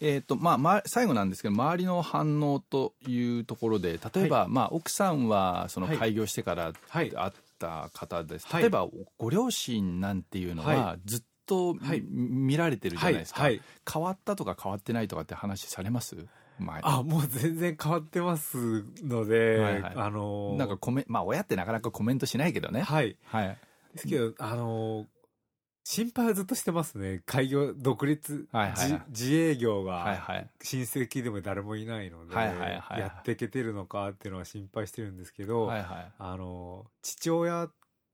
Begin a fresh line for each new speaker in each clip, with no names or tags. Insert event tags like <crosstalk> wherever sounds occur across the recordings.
えーとまあま、最後なんですけど周りの反応というところで例えば、まあ、奥さんはその
はい
開業してから
は
会
い
った方です、
はい
例えばご両親なんていうのは、
は
ずっと、
はい
見られてるじゃないですか、
はいはい
変わったとか変わってないとかって話されます前
あもう全然変わってますので、
はいはい
あのー
なんかコメまあ親ってなかなかコメントしないけどね
はい
はい
ですけどあのー心配はずっとしてますね開業独立、
はいはいはい
じ自営業が、
はいはい
親戚でも誰もいないので、
はいはいはいはい
やっていけてるのかっていうのは心配してるんですけど、
はいは
あの父親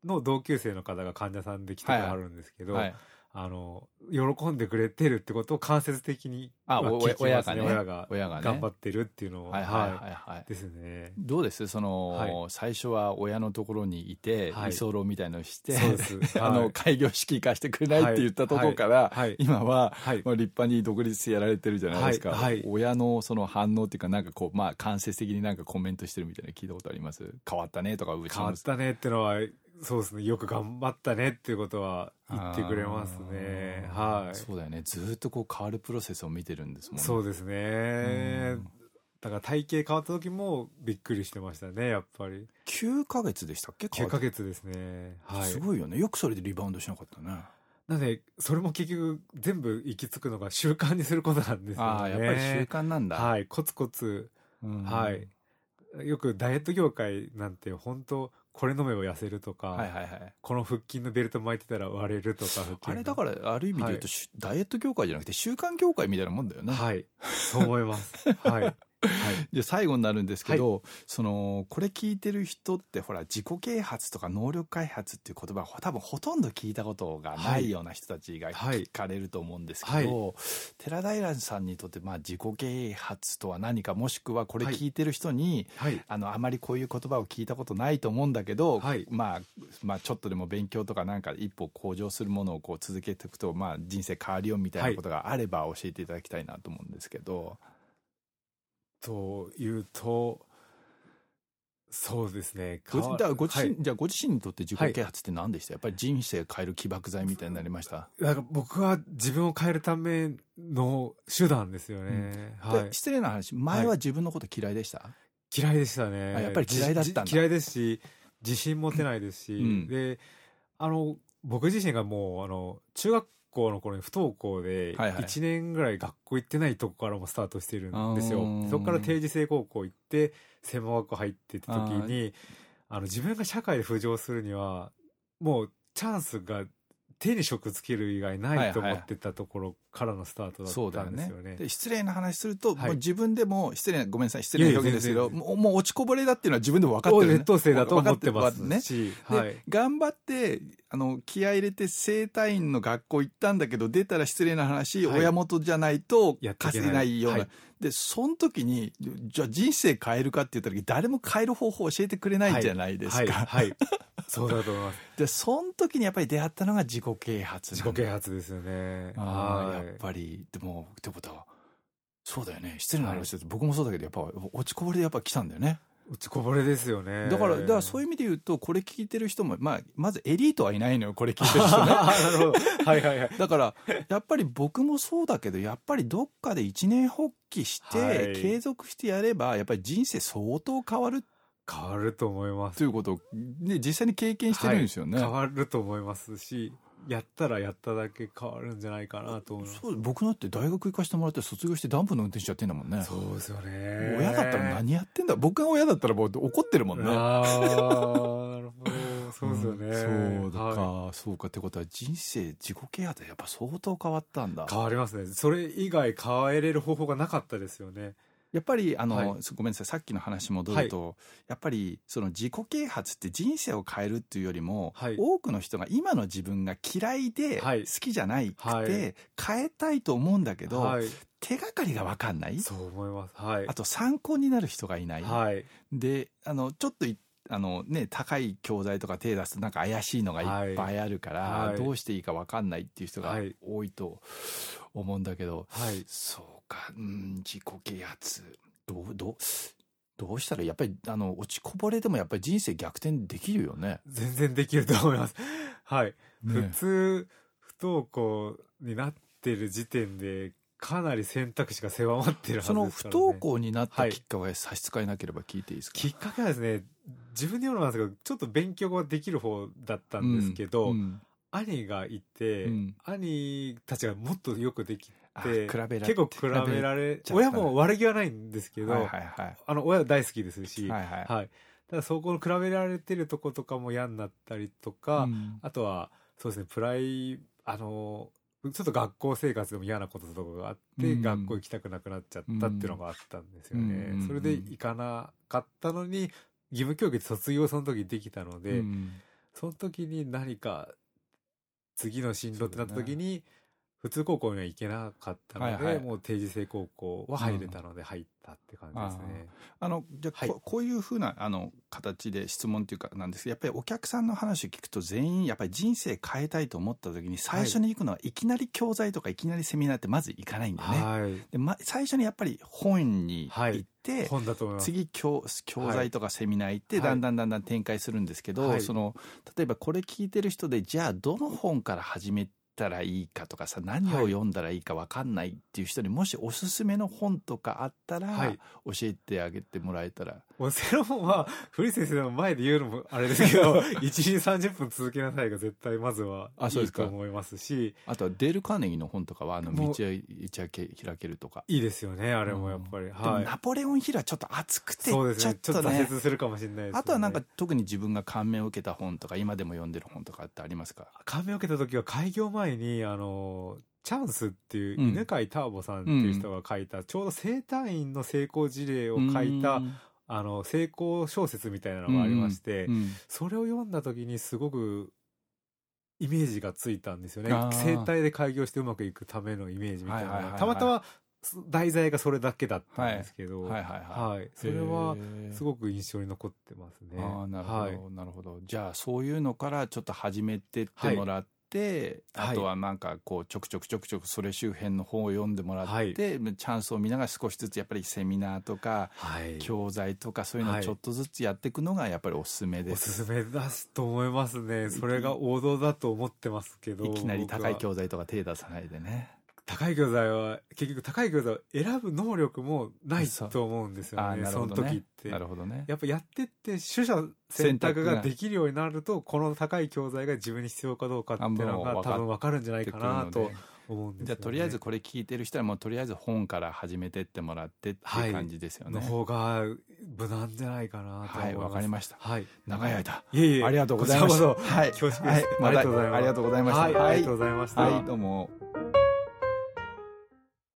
の同級生の方が患者さんで来てくれはるんですけ
い
ど、
はい
あの喜んでくれてるってことを間接的に
あ
ま
お
聞き
親
ます
が
ね
ね
親が
親がね
頑張ってるっていうのを、
はいはいはいはい
ですね。
どうですその、
は
最初は親のところにいて
はい
居候みたいのして、
そうで
<laughs>
す
あの
はい
開業式行かしてくれないって言ったところから、
はいはい
今は、
はい
まあ、立派に独立してやられてるじゃないですか、
はいはい
親のその反応っていうかなんかこうまあ間接的になんかコメントしてるみたいなの聞いたことあります変わったねとかうち
変わ
の
ったねってのはそうですねよく頑張ったねっていうことは言ってくれますね。
あー
はい
そうだよねずーっとこう変わるプロセスを見てるんですもんね
そうです
う
ね
ん。
だから体型変わった時もびっくりしてましたね、やっぱり。
9ヶ月でしたっけ
9ヶ
月、
月ですね。はい
す。ごいよねよくそれでリバウンドしなかったね
なので、それも結局全部行き着くのが習慣にすることなんですよね。
ああやっぱり習慣なんだ、
はい。コツコツ、
うん
はい。よくダイエット業界なんて本当これ飲めば痩せるとか、
はいはいはい
この腹筋のベルト巻いてたら割れるとか、腹筋
あれだからある意味で言うと、しダイエット業界じゃなくて習慣業界みたいなもんだよね。
はい。そう思い
<laughs>
ます。はい。はい。
で最後になるんですけど、そのこれ聞いてる人ってほら自己啓発とか能力開発っていう言葉を多分ほとんど聞いたことがな
はい
いような人たちが
はい
聞かれると思うんですけど、
はい
寺平さんにとってまあ自己啓発とは何かもしくはこれ聞いてる人に、
はい。
あのあまりこういう言葉を聞いたことないと思うんだけど、
はい
まあ、まあちょっとでも勉強とかなんか一歩向上するものをこう続けていくと、まあ、人生変わるよみたいなことがあれば教えていただきたいなと思うんですけど、
というと、そうですね。
ごじ
変わ
だからご自身
はい
じゃあご自身にとって自己啓発って何でした、やっぱり人生変える起爆剤みたいになりました、
なんか僕は自分を変えるための手段ですよね。はい
で。失礼な話前は自分のこと嫌いでした、
嫌いでしたね。
あやっぱり嫌いだったんだ
じじ嫌いですし、自信持てないですし、
うん
で、あの、僕自身がもう、あの、中学校の頃に不登校で、
はいはい
1年ぐらい学校行ってないとこからもスタートしてるんです
あ
よ
ー。
そこから定時制高校行って、専門学校入ってった時に、あの、自分が社会で浮上するには、もう、チャンスが手に職つける以外ないと思ってたところからのスタートだ
そうだ
っ
よ
たんです
ね
よね。
で失礼な話すると、
はい
もう自分でも失礼なごめんなさい失礼な表現ですけど
いやいや
もうもう落ちこぼれだっていうのは自分でも分かってる、ね、
劣等生だと思ってま
分
す
かってるね
し、
で、
はい。
頑張ってあの気合い入れて整体院の学校行ったんだけど出たら失礼な話、
はい
親元じゃないと
やっていけ
稼
ない
げないような、
はい
でその時にじゃあ人生変えるかって言った時誰も変える方法を教えてくれないじゃないですか、
はい。はいはいそうだと
<laughs>
思います。
でその時にやっぱり出会ったのが自己啓発
自
なん
己
だ
啓発ですよね。
あ
は
あ
い
やっぱりでもってことはそうだよね失礼な話だと僕もそうだけどやっぱ落ちこぼれでやっぱ来たんだよね
落ちこぼれですよね。
だからだからそういう
いう。
意味で言うとこれ聞いてる人も、まあ、まずエリートはいないのよこれ聞いてる人ね
あ <laughs> あ、なるほど。はいはいはい。
だからやっぱり僕もそうだけどやっぱりどっかで一年発起し
はい
て継続してやればやっぱり人生相当変わる
変わると思います。
ということを、ね、実際に経験してるんですよね。
変わると思いますし、やったらやっただけ変わるんじゃないかなと思います。
そう僕だって大学行かしてもらって卒業してダンプの運転手やってんだもんね。
そうですよね。
親だったら何やってんだ僕が親だったらもう怒ってるもんね。
ああ、なるほど。そうですよね。
うんそうだか、
は
そうかってことは人生自己啓発はやっぱ相当変わったんだ
い。変わりますね。それ以外変えれる方法がなかったですよね。
やっぱりあの、
は
ごめんなさいさっきの話戻ると、やっぱりその自己啓発って人生を変えるっていうよりも、
はい
多くの人が今の自分が嫌いで、
はい
好きじゃないくて、
はい
変えたいと思うんだけど、
はい。
手がかりが分かんない
そう思います。はい
あ。と参考になる人がいない、
はい。
であのちょっといあの、ね、高い教材とか手出すとなんか怪しいのがいっぱいあるから、
はいはい
どうしていいか分かんないっていう人が
はい
多いと思うんだけど、
はい。
そうか、うん、自己啓発。どう、どう、どうしたら、やっぱり、あの、落ちこぼれでもやっぱり人生逆転できるよね。
全然できると思います。 <laughs> はい。
ね
普通、不登校になってる時点でかなり選択肢が狭まってるはずですか
そ
ら、
の
ね、
不登校になったきっかけは差し支えなければ聞いていいですか
きっかけはですね自分で言うのもなんですけどちょっと勉強ができる方だったんですけど、
うんうん
兄がいて、
うん
兄たちがもっとよくでき
あ
て
比べられ
結構比べられ
ちゃった
親も悪気はないんですけど、
はいはいはい
あの親大好きですし、
はいはい
はい、ただそこの比べられてるとことかも嫌になったりとか、
うん
あとはそうですねプライあのちょっと学校生活でも嫌なこととかがあって、
うん
学校行きたくなくなっちゃったっていうのがあったんですよね、
うん
それで行かなかったのに義務教育で卒業その時できたので、
うん
その時に何か次の進路ってなった
そ
時
う
に、普通高校には行けなかったので、
はいはい
もう定時制高校は入れたので入ったって感じですね。
あのじゃあ
はい
ここういうふうなあの形で質問っていうかなんですけどやっぱりお客さんの話を聞くと全員やっぱり人生変えたいと思った時に最初に行くのはいきなり教材とかいきなりセミナーってまず行かないんだよね。
はい
でま、最初にやっぱり本に行って、
本だと思います。
次教教材とかセミナー行って、
はい
だんだんだんだん展開するんですけど、
はい
その例えばこれ聞いてる人でじゃあどの本から始めたらいいかとかさ何を読んだらいいか分かんないっていう人にもしおすすめの本とかあったら、
はい
教えてあげてもらえたら
オセロンは、古市先生の前で言うのもあれですけ
<laughs>
ど、1時30分続けなさいが絶対まずは
あ
い
そうで
い
すか
と思いますし、
あとはデール・カーネギーの本とかはあの
もう
道は一夜け開けるとか。
いいですよね、あれもやっぱり。
でも
はい。
ナポレオンヒルはちょっと熱くて、
そうですね。
ち
ち
ょ
ょ
っ
っ
と
と
ね
挫折するかもしれないです、ね。
あとはなんか、特に自分が感銘を受けた本とか今でも読んでる本とかってありますか
感銘を受けた時は開業前に、あの、チャンスっていう
うん
犬飼ターボさんっていう人が書いた、ちょうど生体院の成功事例を書いた、
うん
あの、成功小説みたいなのがありまして、
うん
それを読んだ時にすごくイメージがついたんですよね
あー
生態で開業してうまくいくためのイメージみたいなのが、
はいはいはいはい
たまたまそ題材がそれだけだったんですけど、
はいはいは
はい
い。
それは
へー
すごく印象に残ってますね。
ああなるほど、
はい
なるほど。じゃあそういうのからちょっと始めてってもらって、
はい
あとはなんかこうちょくちょくちょくちょくそれ周辺の本を読んでもらって、
はい
チャンスを見ながら少しずつやっぱりセミナーとか
はい
教材とかそういうのをちょっとずつやっていくのがやっぱりおすすめで
お
す。
すすめだすと思いますね。それが王道だと思ってますけど。
いきなり高い
材。
教材とか手出さないでね。
高い教材は、結局高い教材を選ぶ能力もないと思うんですよ
ああ
ね。
なる
そ
ほ
の
ど
時っ
ね。
て。
なるほどね。
やっぱやってって取捨選択ができるようになるとこの高い教材が自分に必要かどうかっていうの
あもう
が
分かっ
多分分かるんじゃないかな
やっ
と
てくるので
思うんです
じゃ
よ、
あ
ね、
とりあえずこれ聞いてる人はもうとりあえず本から始めてってもらってっていう感じですよね。
の方が無難じゃないかなと思
はいい、
ます
わかりました。
はい
長い間。
いえいえ
ありがとうございまし
こちら
た。
こ
はい
恐縮です
はいまた
ありがとうございます
ありがとうございました。
そはいありがとうございました、
はい、どうも。